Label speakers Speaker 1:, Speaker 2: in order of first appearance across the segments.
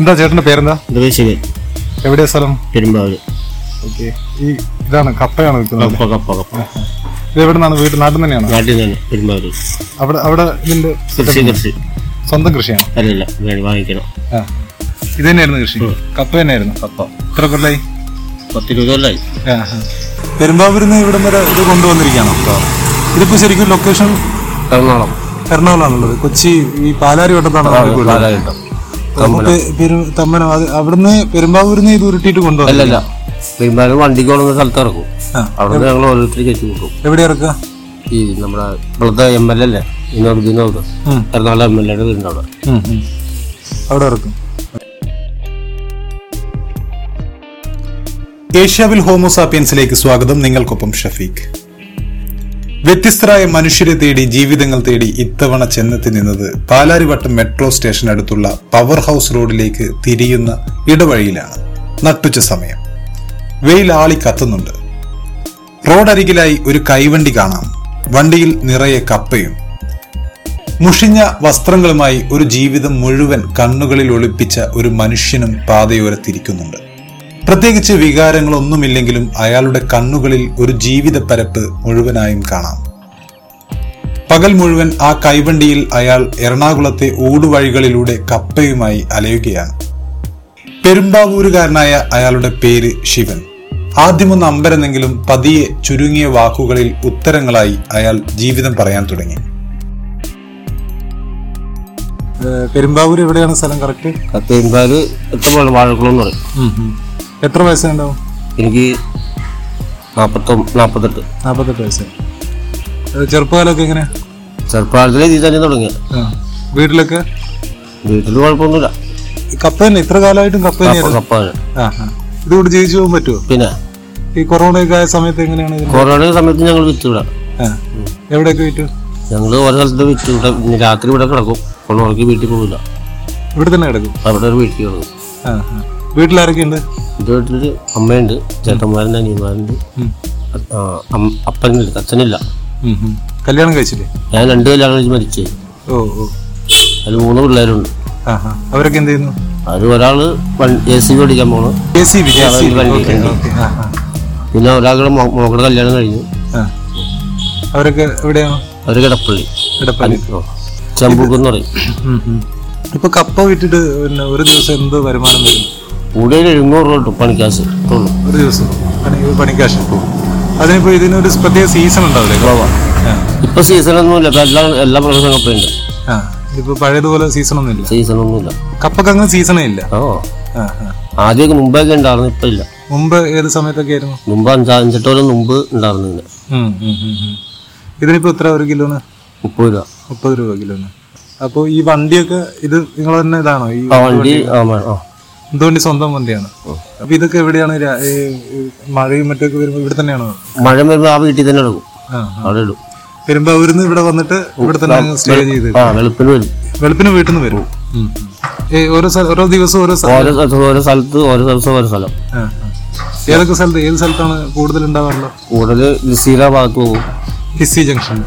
Speaker 1: എന്താ ചേട്ടന്റെ പേരെന്താ
Speaker 2: ഗവേഷകൻ
Speaker 1: എവിടെയാ സ്ഥലം
Speaker 2: പെരുമ്പാവൂര്
Speaker 1: ഓക്കെ ഈ ഇതാണ് കപ്പയാണ് നിൽക്കുന്നത്
Speaker 2: കപ്പ കപ്പ കപ്പ
Speaker 1: ഇത് എവിടെ നിന്നാണ് വീട്ടിൽ നാട്ടിൽ നിന്ന് തന്നെയാണ്
Speaker 2: നാട്ടിൽ നിന്ന് പെരുമ്പാവൂര്
Speaker 1: അവിടെ അവിടെ ഇതിന്റെ
Speaker 2: കൃഷി കൃഷി
Speaker 1: സ്വന്തം കൃഷിയാണ്
Speaker 2: അല്ലല്ല വേണം വാങ്ങിക്കണം
Speaker 1: ആ. ഇത് തന്നെയായിരുന്നു കൃഷി Mm. കപ്പ തന്നെയായിരുന്നു
Speaker 2: കപ്പ
Speaker 1: എത്ര കൊല്ലായി
Speaker 2: പത്തിരുപത് കൊല്ലായി
Speaker 1: പെരുമ്പാവൂരിൽ നിന്ന് ഇവിടം വരെ ഇത് കൊണ്ടുവന്നിരിക്കുകയാണോ ഇതിപ്പോ ശരിക്കും ലൊക്കേഷൻ
Speaker 3: എറണാകുളം
Speaker 1: എറണാകുളമാണുള്ളത് കൊച്ചി ഈ പാലാരി വട്ടത്താണ്
Speaker 3: പാലായിട്ടോ
Speaker 1: തമ്മനം അത് അവിടുന്ന് പെരുമ്പാവൂരിൽ നിന്ന് ഇത് ഉരുട്ടിയിട്ട് കൊണ്ടുവന്നു
Speaker 3: അല്ലല്ല പെരുമ്പാലും വണ്ടിക്ക് കൊള്ളുന്ന സ്ഥലത്ത് ഇറക്കും അവിടെ നിന്ന് ഞങ്ങൾ ഓരോരുത്തർ കയറ്റി കൊടുക്കും
Speaker 1: എവിടെ ഇറക്കുക
Speaker 3: ഈ നമ്മുടെ ഇവിടുത്തെ എം എൽ എ അല്ലേ വിനോദിനോ
Speaker 1: ഉം.
Speaker 3: എറണാകുളം എം എൽ എയുടെ വീടിൻ്റെ അവിടെ
Speaker 1: അവിടെ ഇറക്കും ഏഷ്യാവിൽ ഹോമോസാപ്പിയൻസിലേക്ക് സ്വാഗതം നിങ്ങൾക്കൊപ്പം ഷഫീഖ് വ്യത്യസ്തരായ മനുഷ്യരെ തേടി ജീവിതങ്ങൾ തേടി ഇത്തവണ ചെന്നെത്തി നിന്നത് പാലാരിവട്ടം മെട്രോ സ്റ്റേഷനടുത്തുള്ള പവർ ഹൗസ് റോഡിലേക്ക് തിരിയുന്ന ഇടവഴിയിലാണ് നട്ടുച്ച സമയം വെയിൽ ആളി കത്തുന്നുണ്ട് റോഡരികിലായി ഒരു കൈവണ്ടി കാണാം വണ്ടിയിൽ നിറയെ കപ്പയും മുഷിഞ്ഞ വസ്ത്രങ്ങളുമായി ഒരു ജീവിതം മുഴുവൻ കണ്ണുകളിൽ ഒളിപ്പിച്ച ഒരു മനുഷ്യനും പാതയോരത്തിരിക്കുന്നുണ്ട് പ്രത്യേകിച്ച് വികാരങ്ങളൊന്നുമില്ലെങ്കിലും അയാളുടെ കണ്ണുകളിൽ ഒരു ജീവിത പരപ്പ് മുഴുവനായും കാണാം പകൽ മുഴുവൻ ആ കൈവണ്ടിയിൽ അയാൾ എറണാകുളത്തെ ഊടുവഴികളിലൂടെ കപ്പയുമായി അലയുകയാണ് പെരുമ്പാവൂരുകാരനായ അയാളുടെ പേര് ശിവൻ ആദ്യമൊന്ന് അമ്പരന്നെങ്കിലും പതിയെ ചുരുങ്ങിയ വാക്കുകളിൽ ഉത്തരങ്ങളായി അയാൾ ജീവിതം പറയാൻ തുടങ്ങി പെരുമ്പാവൂർ എവിടെയാണ് സ്ഥലം കറക്റ്റ്
Speaker 3: പെരുമ്പാല് എത്ര പോലെ വാഴക്കുളം എന്ന് പറയും
Speaker 1: എത്ര വയസ്സുണ്ടാവും
Speaker 3: എനിക്ക് നാൽപ്പത്തൊമ്പ നാൽപ്പത്തെട്ട്
Speaker 1: നാൽപ്പത്തെട്ട് വയസ്സ് ഏഹ് ചെറുപ്പകാലമൊക്കെ എങ്ങനെ
Speaker 3: ചെറുപ്പകാലത്തിൽ ഇതിൽ തന്നെ തുടങ്ങിയ
Speaker 1: വീട്ടിലൊക്കെ
Speaker 3: വീട്ടിൽ കുഴപ്പമൊന്നുമില്ല
Speaker 1: കപ്പ തന്നെ ഇത്ര കാലമായിട്ടും കപ്പ
Speaker 3: കപ്പ
Speaker 1: തന്നെയായിരുന്നു
Speaker 3: കപ്പ തന്നെ.
Speaker 1: ആ ആ. ഇതുകൂടി ജീവിച്ചു പോകാൻ പറ്റുമോ
Speaker 3: പിന്നെ
Speaker 1: ഈ കൊറോണയൊക്കെ ആയ സമയത്ത് എങ്ങനെയാണ് ഇതിന്?
Speaker 3: കൊറോണ സമയത്ത് ഞങ്ങൾ വിറ്റുവിടാം
Speaker 1: ആ. എവിടെയൊക്കെ വിറ്റു
Speaker 3: ഞങ്ങൾ ഓരോ സ്ഥലത്ത് വിറ്റുവിടെ ഇന്ന് രാത്രി ഇവിടെ കിടക്കും കൊണ്ടോണക്ക് വീട്ടിൽ പോകില്ല
Speaker 1: ഇവിടെ തന്നെ കിടക്കും
Speaker 3: അവിടെ ഒരു വീട്ടിൽ കിടക്കും
Speaker 1: ആ ആ. വീട്ടിലാരൊക്കെ ഉണ്ട്
Speaker 3: എൻ്റെ വീട്ടിൽ അമ്മയുണ്ട് ചേട്ടന്മാരുണ്ട് അനിയന്മാരുണ്ട്
Speaker 1: ഉം.
Speaker 3: ആ, അം- അപ്പനില്ല അച്ഛനില്ല
Speaker 1: ഉം, ഉം. കല്യാണം കഴിച്ചില്ലേ
Speaker 3: ഞാൻ രണ്ട് കല്യാണം കഴിച്ച് മരിച്ചു
Speaker 1: ഓ ഓ
Speaker 3: അതിൽ മൂന്ന് പിള്ളേരുണ്ട്
Speaker 1: ആ ആ അവരൊക്കെ എന്ത് ചെയ്യുന്നു
Speaker 3: അതിൽ ഒരാൾ എ സി ഓടിക്കാൻ പോണു
Speaker 1: എ സി ബി
Speaker 3: അവന് വണ്ടി ഉണ്ട്.
Speaker 1: ആ ആ.
Speaker 3: പിന്നെ ഒരാളുടെ മോ- മോളുടെ കല്യാണം കഴിഞ്ഞു
Speaker 1: ആ അവരൊക്കെ എവിടെയാണ്
Speaker 3: അവർ കിടപ്പള്ളി
Speaker 1: ഇടപ്പള്ളി
Speaker 3: ചെമ്പൂക്ക് എന്ന് പറയും
Speaker 1: ഉം ഉം. ഇപ്പൊ കപ്പ വിറ്റിട്ട് പിന്നെ ഒരു ദിവസം എന്ത് വരുമാനം വരും
Speaker 3: കൂടെ ഒരു എഴുന്നൂറ് രൂപ കിട്ടും പണിക്കാശ് കിട്ടുള്ളൂ
Speaker 1: ഒരു ദിവസം പണി- പണിക്കാശ് അതിനിപ്പോ ഇതിനൊരു പ്രത്യേക സീസൺ ഉണ്ടാവില്ലേ ഗോവ
Speaker 3: ഇപ്പൊ സീസണൊന്നുമില്ല ഇപ്പൊ എല്ലാ എല്ലാ പ്രാവശ്യം കപ്പയുണ്ട്
Speaker 1: ആ ഇതിപ്പോ പഴയതുപോലെ സീസൺ ഒന്നും ഇല്ല
Speaker 3: സീസണൊന്നുമില്ല
Speaker 1: കപ്പക്ക് അങ്ങനെ സീസണേ ഇല്ല
Speaker 3: ആ
Speaker 1: ആ, ആ.
Speaker 3: ആദ്യമൊക്കെ മുമ്പൊക്കെ ഉണ്ടായിരുന്നു ഇപ്പൊ ഇല്ല
Speaker 1: മുമ്പ് ഏത് സമയത്തൊക്കെ ആയിരുന്നു
Speaker 3: മുമ്പ് അഞ്ചാ അഞ്ചെട്ട് കൊല്ലം മുമ്പ് ഉണ്ടായിരുന്നു ഇങ്ങനെ
Speaker 1: ഉം, ഉം, ഉം, ഉം. ഇതിനിപ്പോ എത്ര ഒരു കിലോന്
Speaker 3: മുപ്പത് രൂപ
Speaker 1: മുപ്പത് രൂപ കിലോന് അപ്പൊ ഈ വണ്ടിയൊക്കെ ഇത് നിങ്ങൾ തന്നെ ഇതാണോ ഈ
Speaker 3: ആ വണ്ടി ആ മ- ആ
Speaker 1: എന്തുകൊണ്ട് സ്വന്തം വണ്ടിയാണ് അപ്പൊ ഇതൊക്കെ എവിടെയാണ് രാ- ഈ ഈ മഴയും മറ്റൊക്കെ വരുമ്പോ ഇവിടെ തന്നെയാണോ
Speaker 3: മഴ വരുമ്പോൾ ആ വീട്ടിൽ തന്നെ എടുക്കും
Speaker 1: ആ
Speaker 3: അവിടെ ഇടും
Speaker 1: പെരുമ്പാവൂരിൽ നിന്ന് ഇവിടെ വന്നിട്ട് ഇവിടെ തന്നെ അങ്ങ് സ്റ്റേ ചെയ്ത്
Speaker 3: ആ വെളുപ്പിന് വരും
Speaker 1: വെളുപ്പിന് വീട്ടിൽ നിന്ന് വരും ഉം. ഏ, ഓരോ സ്ഥല- ഓരോ ദിവസവും ഓരോ സ്ഥലം
Speaker 3: ഓരോ സ്ഥലത്ത് ഓരോ സ്ഥലത്ത് ഓരോ ദിവസം ഓരോ സ്ഥലം
Speaker 1: ആ, ആ. ഏതൊക്കെ സ്ഥലത്ത് ഏത് സ്ഥലത്താണ് കൂടുതൽ ഉണ്ടാവാറുള്ളത്
Speaker 3: കൂടുതൽ ലിസീല ഭാഗത്ത് പോകും
Speaker 1: ഹിസി ജംഗ്ഷൻ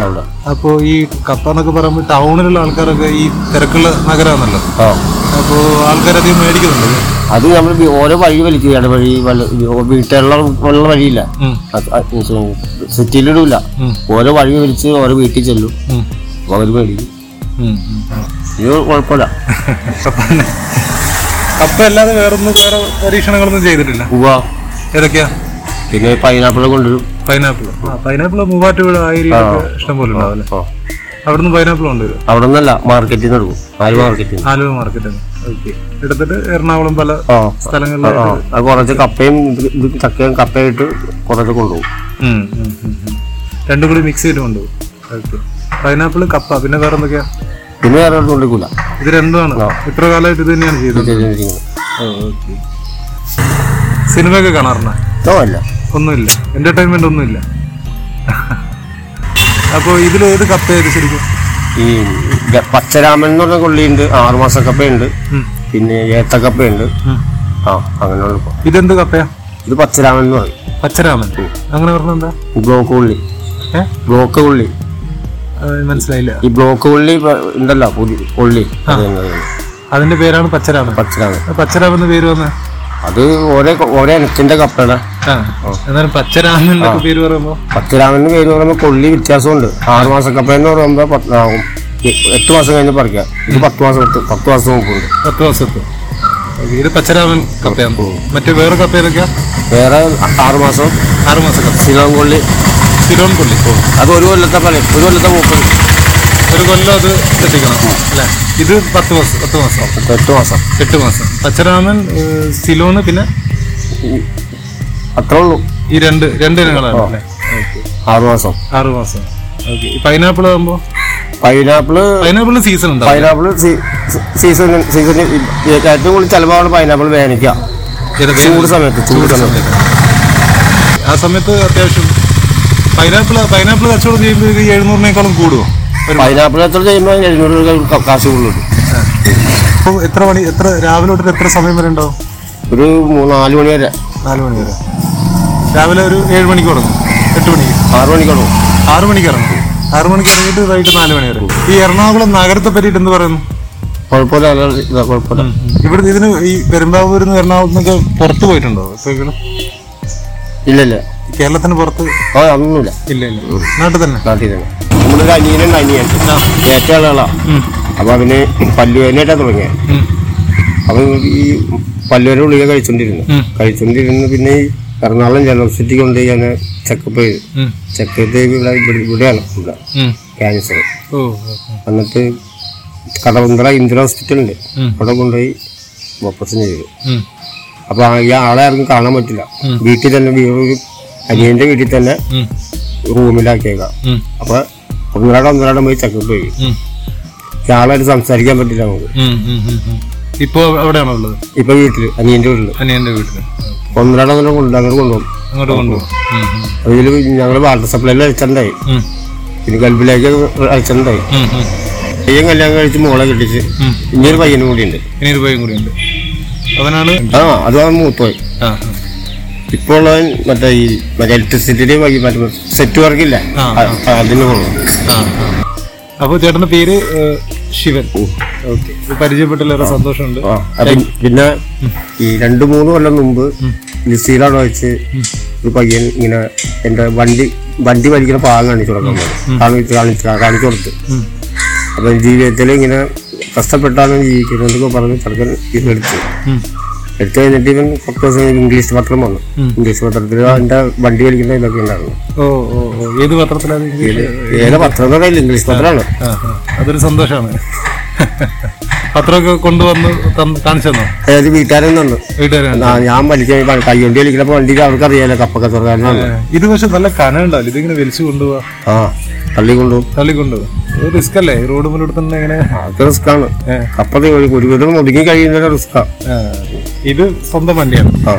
Speaker 3: അവിടെ
Speaker 1: അപ്പോ ഈ കപ്പ എന്നൊക്കെ പറയുമ്പോൾ ടൗണിലുള്ള ആൾക്കാരൊക്കെ ഈ തിരക്കുള്ള നഗരമാണല്ലോ
Speaker 3: ആ
Speaker 1: അപ്പോ ആൾക്കാരധികം മേടിക്കുന്നുണ്ട് ഇത്.
Speaker 3: അത് നമ്മൾ ഓരോ വഴി വലിക്കും ഇടവഴി വല്ല വീട്ടിലുള്ള ഉള്ള വഴിയില്ല
Speaker 1: ഉം.
Speaker 3: സിറ്റിയിലിടില്ല
Speaker 1: ഉം.
Speaker 3: ഓരോ വഴി വലിച്ച് ഓരോ വീട്ടിൽ ചെല്ലും
Speaker 1: ഉം.
Speaker 3: അപ്പോൾ അവർ മേടിക്കും
Speaker 1: ഉം, ഉം, ഉം.
Speaker 3: ഇത് കുഴപ്പമില്ല
Speaker 1: കപ്പ തന്നെ. കപ്പ അല്ലാതെ വേറൊന്നും വേറെ പരീക്ഷണങ്ങളൊന്നും ചെയ്തിട്ടില്ല
Speaker 3: പൂവ
Speaker 1: ഏതൊക്കെയാ
Speaker 3: പിന്നെ പൈനാപ്പിൾ കൊണ്ടുവരും
Speaker 1: പൈനാപ്പിൾ പൈനാപ്പിൾ മൂവാറ്റുപുഴ ആ ഏരിയയിലൊക്കെ ഇഷ്ടംപോലെ ഉണ്ടാവും അല്ലേ
Speaker 3: ആ.
Speaker 1: അവിടുന്ന് പൈനാപ്പിൾ കൊണ്ടുവരും
Speaker 3: അവിടെ നിന്നല്ല മാർക്കറ്റിൽ നിന്ന് എടുക്കും ആര് മാർക്കറ്റിൽ നിന്ന്
Speaker 1: ആലുവ മാർക്കറ്റ് ഓക്കെ എടുത്തിട്ട് എറണാകുളം പല
Speaker 3: ആ ആ
Speaker 1: സ്ഥലങ്ങളിലായിട്ട്
Speaker 3: അത് കുറച്ച് കപ്പയും ഇത് ഇത് ചക്കയും കപ്പയിട്ട് കുറച്ച് കൊണ്ടുപോകും
Speaker 1: ഉം, ഉം, ഉം, ഉം. രണ്ടും കൂടി മിക്സ് ചെയ്ത് കൊണ്ടുപോകും ഓക്കെ പൈനാപ്പിൾ കപ്പ പിന്നെ വേറെ എന്തൊക്കെയാ
Speaker 3: പിന്നെ വേറെ ഒന്നും കൊണ്ടുപോകില്ല
Speaker 1: ഇത് രണ്ടുമാണ് ഇത്ര കാലമായിട്ട് ഇത് തന്നെയാണ് ചെയ്തത് ഓക്കെ സിനിമയൊക്കെ കാണാറുണ്ടോ
Speaker 3: അല്ല
Speaker 1: ഒന്നുമില്ല എന്റർടൈൻമെന്റ് ഒന്നുമില്ല അപ്പോൾ ഇതിൽ ഏത് കപ്പയായത് ശരിക്കും
Speaker 3: ഈ ഗ- പച്ചരാമൻ എന്ന് പറഞ്ഞ കൊള്ളിയുണ്ട് ആറുമാസ കപ്പയുണ്ട് പിന്നെ ഏത്തക്കപ്പയുണ്ട് ആ അങ്ങനെയുള്ള ഇപ്പൊ.
Speaker 1: ഇതെന്ത് കപ്പയാ
Speaker 3: ഇത് പച്ചരാമൻ എന്ന് പറയും
Speaker 1: പച്ചരാമൻ അങ്ങനെ പറഞ്ഞ എന്താ
Speaker 3: ഈ ബ്ലോക്ക് ഉള്ളി
Speaker 1: ഏഹ്
Speaker 3: ബ്ലോക്ക് ഉള്ളി
Speaker 1: മനസ്സിലായില്ല
Speaker 3: ഈ ബ്ലോക്ക് ഉള്ളി ഉണ്ടല്ലോ പുതിയ ഉള്ളി അത് തന്നെ, അത് തന്നെ.
Speaker 1: ആ അതിന്റെ പേരാണ് പച്ചരാമൻ
Speaker 3: പച്ചരാമൻ
Speaker 1: ആ പച്ചരാമൻ എന്ന പേര് വന്ന
Speaker 3: അത് ഓരോ ഓരോ ഇനത്തിന്റെ കപ്പയുടെ
Speaker 1: ആ എന്നാലും പച്ചരാമൻ എന്നൊക്കെ പേര് പറയുമ്പോ
Speaker 3: പച്ചരാമന്റെ പേര് പറയുമ്പോൾ കൊള്ളി വ്യത്യാസമുണ്ട് ആറ് മാസ കപ്പ എന്ന് പറയുമ്പോൾ പത്ത്- ആ, എട്ട് മാസം കഴിഞ്ഞ് പറിക്കുക ഇത് പത്ത് മാസം പത്ത് പത്ത് മാസം മുമ്പുണ്ട്
Speaker 1: പത്ത് ദിവസത്ത് ഇത് പച്ചരാമൻ കപ്പയാണ് മറ്റു വേറെ കപ്പ ഏതൊക്കെയാ
Speaker 3: വേറെ ആറ് മാസം
Speaker 1: ആറുമാസ കപ്പ
Speaker 3: ശിലോം കൊള്ളി
Speaker 1: തിരുവൻ കൊള്ളി
Speaker 3: അത് ഒരു കൊല്ലത്തെ പണി ഒരു കൊല്ലത്തെ മൂപ്പത്
Speaker 1: ഒരു കൊല്ലം അത് എത്തിക്കണം അല്ലേ ഇത് പത്ത് മാസം പത്ത് മാസം
Speaker 3: എട്ട് മാസം
Speaker 1: എട്ട് മാസം പച്ചരാമൻ ഏഹ്, സിലോണ് പിന്നെ
Speaker 3: അത്രേ ഉള്ളൂ
Speaker 1: ഈ രണ്ട് രണ്ട് ഇനങ്ങളാണ്
Speaker 3: ആ.
Speaker 1: അല്ലേ
Speaker 3: ആറ് മാസം
Speaker 1: ആറ് മാസം ഓക്കെ പൈനാപ്പിൾ ആകുമ്പോൾ
Speaker 3: പൈനാപ്പിള്
Speaker 1: പൈനാപ്പിളിന് സീസൺ ഉണ്ടാവും
Speaker 3: പൈനാപ്പിള് സീസൺ സീസൺ ഏറ്റവും കൂടുതൽ ചിലവാണ് പൈനാപ്പിൾ വേനയ്ക്കുക
Speaker 1: ഏത് വേനൽ-
Speaker 3: ചൂട് സമയത്ത് ചൂട് സമയത്ത്
Speaker 1: ആ സമയത്ത് അത്യാവശ്യം പൈനാപ്പിൾ പൈനാപ്പിൾ കച്ചവടം ചെയ്യുമ്പോൾ ഇത് എഴുന്നൂറിനേക്കാളും കൂടുമോ
Speaker 3: പൈനാപ്പിൾ എത്ര ചെയ്യുമ്പോൾ എഴുന്നൂറ് രൂപ ക- കാശ് കൂടുതലുണ്ട്
Speaker 1: അപ്പോൾ എത്ര മണി എത്ര രാവിലെ തൊട്ട് എത്ര സമയം വരെ ഉണ്ടാവും
Speaker 3: ഒരു മൂന്ന് നാല് മണി വരെ
Speaker 1: നാല് മണി വരെ രാവിലെ ഒരു ഏഴ് മണിക്ക് തുടങ്ങും എട്ട് മണിക്ക്
Speaker 3: ആറ് മണിക്കാണോ
Speaker 1: ആറ് മണിക്ക് ഇറങ്ങും ആറ് മണിക്ക് ഇറങ്ങിയിട്ട് വൈകിട്ട് നാല് മണി വരെ ഈ എറണാകുളം നഗരത്തെ പറ്റിയിട്ട് എന്ത് പറയുന്നു
Speaker 3: കുഴപ്പമില്ല നല്ല ഇതാ, കുഴപ്പമില്ല
Speaker 1: ഇവിടെ ഇതിന് ഈ പെരുമ്പാവൂരിൽ നിന്ന് എറണാകുളത്തൊക്കെ പുറത്ത് പോയിട്ടുണ്ടോ സ്ത്രീകള്
Speaker 3: ഇല്ല ഇല്ല
Speaker 1: കേരളത്തിന് പുറത്ത്
Speaker 3: ആ അതൊന്നുമില്ല
Speaker 1: ഇല്ല ഇല്ല നാട്ടിൽ തന്നെ
Speaker 3: നാട്ടിൽ തന്നെ നമ്മളൊരു അനിയനുണ്ട് അനിയൻ ഏറ്റവും ആളുകളാ അപ്പൊ അവന് പല്ലുവേദനയായിട്ടാ തുടങ്ങിയത്
Speaker 1: ഉം.
Speaker 3: അവൻ ഈ പല്ലുവേന ഗുളിക കഴിച്ചോണ്ടിരുന്നു
Speaker 1: ഉം.
Speaker 3: കഴിച്ചോണ്ടിരുന്നു പിന്നെ ഈ എറണാകുളം ജനറൽസിറ്റി കൊണ്ടുപോയി ഞാൻ ചെക്കപ്പ് ചെയ്തു
Speaker 1: ഉം.
Speaker 3: ചെക്കപ്പ് ചെയ്ത് ഇവിടെ ഇവിടെ- ഇവിടെയാണ് ഇവിടെ
Speaker 1: ഉം.
Speaker 3: ക്യാൻസർ
Speaker 1: ഓ
Speaker 3: എന്നിട്ട് കടവന്തറ ഇന്ദിര ഹോസ്പിറ്റലുണ്ട്
Speaker 1: ഉം.
Speaker 3: അവിടെ കൊണ്ടുപോയി ഓപ്പറേഷൻ ചെയ്തു
Speaker 1: ഉം.
Speaker 3: അപ്പോൾ ഈ ആളെ ആർക്കും കാണാൻ പറ്റില്ല വീട്ടിൽ തന്നെ വീ- ഒരു അനിയൻ്റെ വീട്ടിൽ തന്നെ
Speaker 1: ഉം.
Speaker 3: റൂമിലാക്കിയേക്കാം
Speaker 1: ഉം.
Speaker 3: അപ്പോൾ ഒന്നരാടം ഒന്നരാടം പോയി ചെക്കപ്പ് ചെയ്യും
Speaker 1: ഉം.
Speaker 3: ആളായിട്ട് സംസാരിക്കാൻ പറ്റില്ല നമുക്ക്
Speaker 1: ഉം. ഉം. ഉം. ഉം. ഇപ്പോ അവിടെയാണോ ഉള്ളത്
Speaker 3: ഇപ്പം വീട്ടിൽ അനിയൻ്റെ വീട്ടിൽ
Speaker 1: അനിയന്റെ വീട്ടില്
Speaker 3: ഒന്നരാടം അങ്ങനെ കൊണ്ട് അങ്ങോട്ട് കൊണ്ടുപോകും
Speaker 1: അങ്ങോട്ട് കൊണ്ടുപോകും ഉം. ഉം.
Speaker 3: അതിൽ ഞങ്ങൾ വാട്ടർ സപ്ലൈയിൽ അയച്ചിട്ടുണ്ടായി
Speaker 1: ഉം.
Speaker 3: പിന്നെ ഗൾഫിലേക്ക് അയച്ചിട്ടുണ്ടായി
Speaker 1: ഉം. ഉം.
Speaker 3: പയ്യൻ കല്യാണം കഴിച്ച് മോളെ കെട്ടിച്ച്
Speaker 1: ഉം.
Speaker 3: ഇനിയൊരു പയ്യനും കൂടിയുണ്ട്
Speaker 1: ഇനി ഒരു പയ്യൻ കൂടി ഉണ്ട് അവനാണ്
Speaker 3: ആ അത് അവൻ മൂത്തോയി
Speaker 1: ആ
Speaker 3: ഇപ്പോൾ ഉള്ളവൻ മറ്റേ ഈ മറ്റേ ഇലക്ട്രിസിറ്റിയുടെ വഴി മറ്റേ സെറ്റ് വർക്കില്ല
Speaker 1: ആ,
Speaker 3: അതിന് പോകും
Speaker 1: ആ അപ്പോൾ ചേട്ടന്റെ പേര് ഏഹ്, ശിവൻ ഓക്കെ പരിചയപ്പെട്ടില്ല സന്തോഷമുണ്ട്
Speaker 3: ആ, അത് പിന്നെ ഈ രണ്ട് മൂന്ന് കൊല്ലം മുമ്പ് ലിസിയിലാണ് വെച്ച് ഒരു പയ്യൻ ഇങ്ങനെ എൻ്റെ വണ്ടി വണ്ടി വലിക്കുന്ന പാകം കാണിച്ചു കൊടുക്കാൻ പറഞ്ഞു കാണിച്ചു കാണിച്ചു കാണിച്ചു കൊടുത്ത് അപ്പം ജീവിതത്തിൽ ഇങ്ങനെ കഷ്ടപ്പെട്ടാണ് ജീവിക്കുന്നതൊക്കെ പറഞ്ഞ് ചെറുക്കൻ ഇത് എടുത്തു
Speaker 1: ഉം.
Speaker 3: എടുത്തു കഴിഞ്ഞിട്ട് ഇവൻ കുറച്ച് ദിവസം കഴിഞ്ഞ് ഇംഗ്ലീഷ് പത്രം വന്നു ഇംഗ്ലീഷ് പത്രത്തിൽ എൻ്റെ വണ്ടി വലിക്കുന്ന ഇതൊക്കെ ഉണ്ടായിരുന്നു
Speaker 1: ഓ ഓ ഓ ഏത് പത്രത്തിലാണ് ഇത്?
Speaker 3: ഏത് പത്രം എന്ന് പറയില്ല ഇംഗ്ലീഷ് പത്രമാണ്
Speaker 1: ആ, ആ. അതൊരു സന്തോഷമാണ് പത്രമൊക്കെ കൊണ്ടുവന്ന് തന്ന് കാണിച്ചു തന്നോ
Speaker 3: അതായത് വീട്ടുകാരൻ തന്നു
Speaker 1: വീട്ടുകാരാണ്
Speaker 3: ഞാൻ- ഞാൻ വലിക്കാൻ കൈകൊണ്ട് വലിക്കുന്നപ്പോൾ വണ്ടിയിൽ അവർക്ക് അറിയാലോ കപ്പൊക്കെ തുറക്കാനാണ്
Speaker 1: ഇത് പക്ഷെ നല്ല കന ഉണ്ടാവില്ല ഇതിങ്ങനെ വലിച്ചു കൊണ്ടുപോവാ
Speaker 3: ആ തള്ളിക്കൊണ്ടുപോകും
Speaker 1: തള്ളിക്കൊണ്ടുപോവാ ഒരു റിസ്ക് അല്ലേ ഈ റോഡ് മുന്നോട്ട് തന്നെ ഇങ്ങനെ
Speaker 3: അതൊക്കെ റിസ്ക്കാണ് കപ്പത് ഒരു ഒരു വിധം ഒതുങ്ങി കഴിയുന്നതിന് റിസ്ക്കാ
Speaker 1: ആ, ഇത് സ്വന്തം വണ്ടിയാണ്
Speaker 3: ആ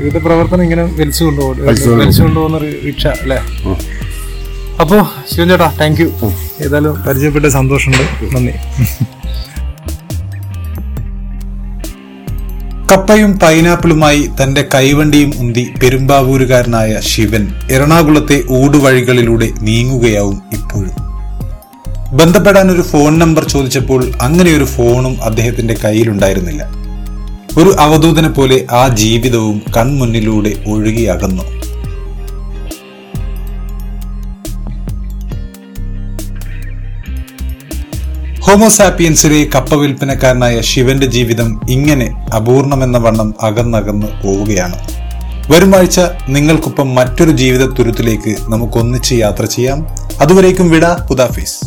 Speaker 1: ഇതിന്റെ പ്രവർത്തനം ഇങ്ങനെ വലിച്ചു കൊണ്ടുപോകും വലിച്ചു കൊണ്ടുപോകുന്ന ഒരു റിക്ഷ അല്ലേ അപ്പോ ശിവൻ ചേട്ടാ താങ്ക് യു ഏതായാലും പരിചയപ്പെട്ട സന്തോഷമുണ്ട് നന്ദി
Speaker 4: കപ്പയും പൈനാപ്പിളുമായി തന്റെ കൈവണ്ടിയും ഉന്തി പെരുമ്പാവൂരുകാരനായ ശിവൻ എറണാകുളത്തെ ഊടുവഴികളിലൂടെ നീങ്ങുകയാവും ഇപ്പോഴും ബന്ധപ്പെടാൻ ഒരു ഫോൺ നമ്പർ ചോദിച്ചപ്പോൾ അങ്ങനെ ഒരു ഫോണും അദ്ദേഹത്തിന്റെ കയ്യിലുണ്ടായിരുന്നില്ല ഒരു അവധൂതനെ പോലെ ആ ജീവിതവും കൺമുന്നിലൂടെ ഒഴുകി അകന്നു ഹോമോസാപ്പിയൻസിലെ കപ്പ വിൽപ്പനക്കാരനായ ശിവന്റെ ജീവിതം ഇങ്ങനെ അപൂർണമെന്ന വണ്ണം അകന്നകന്ന് പോവുകയാണ് വരും ആഴ്ച നിങ്ങൾക്കൊപ്പം മറ്റൊരു ജീവിത തുരുത്തിലേക്ക് നമുക്കൊന്നിച്ച് യാത്ര ചെയ്യാം അതുവരേക്കും വിട ഹുദാഫീസ്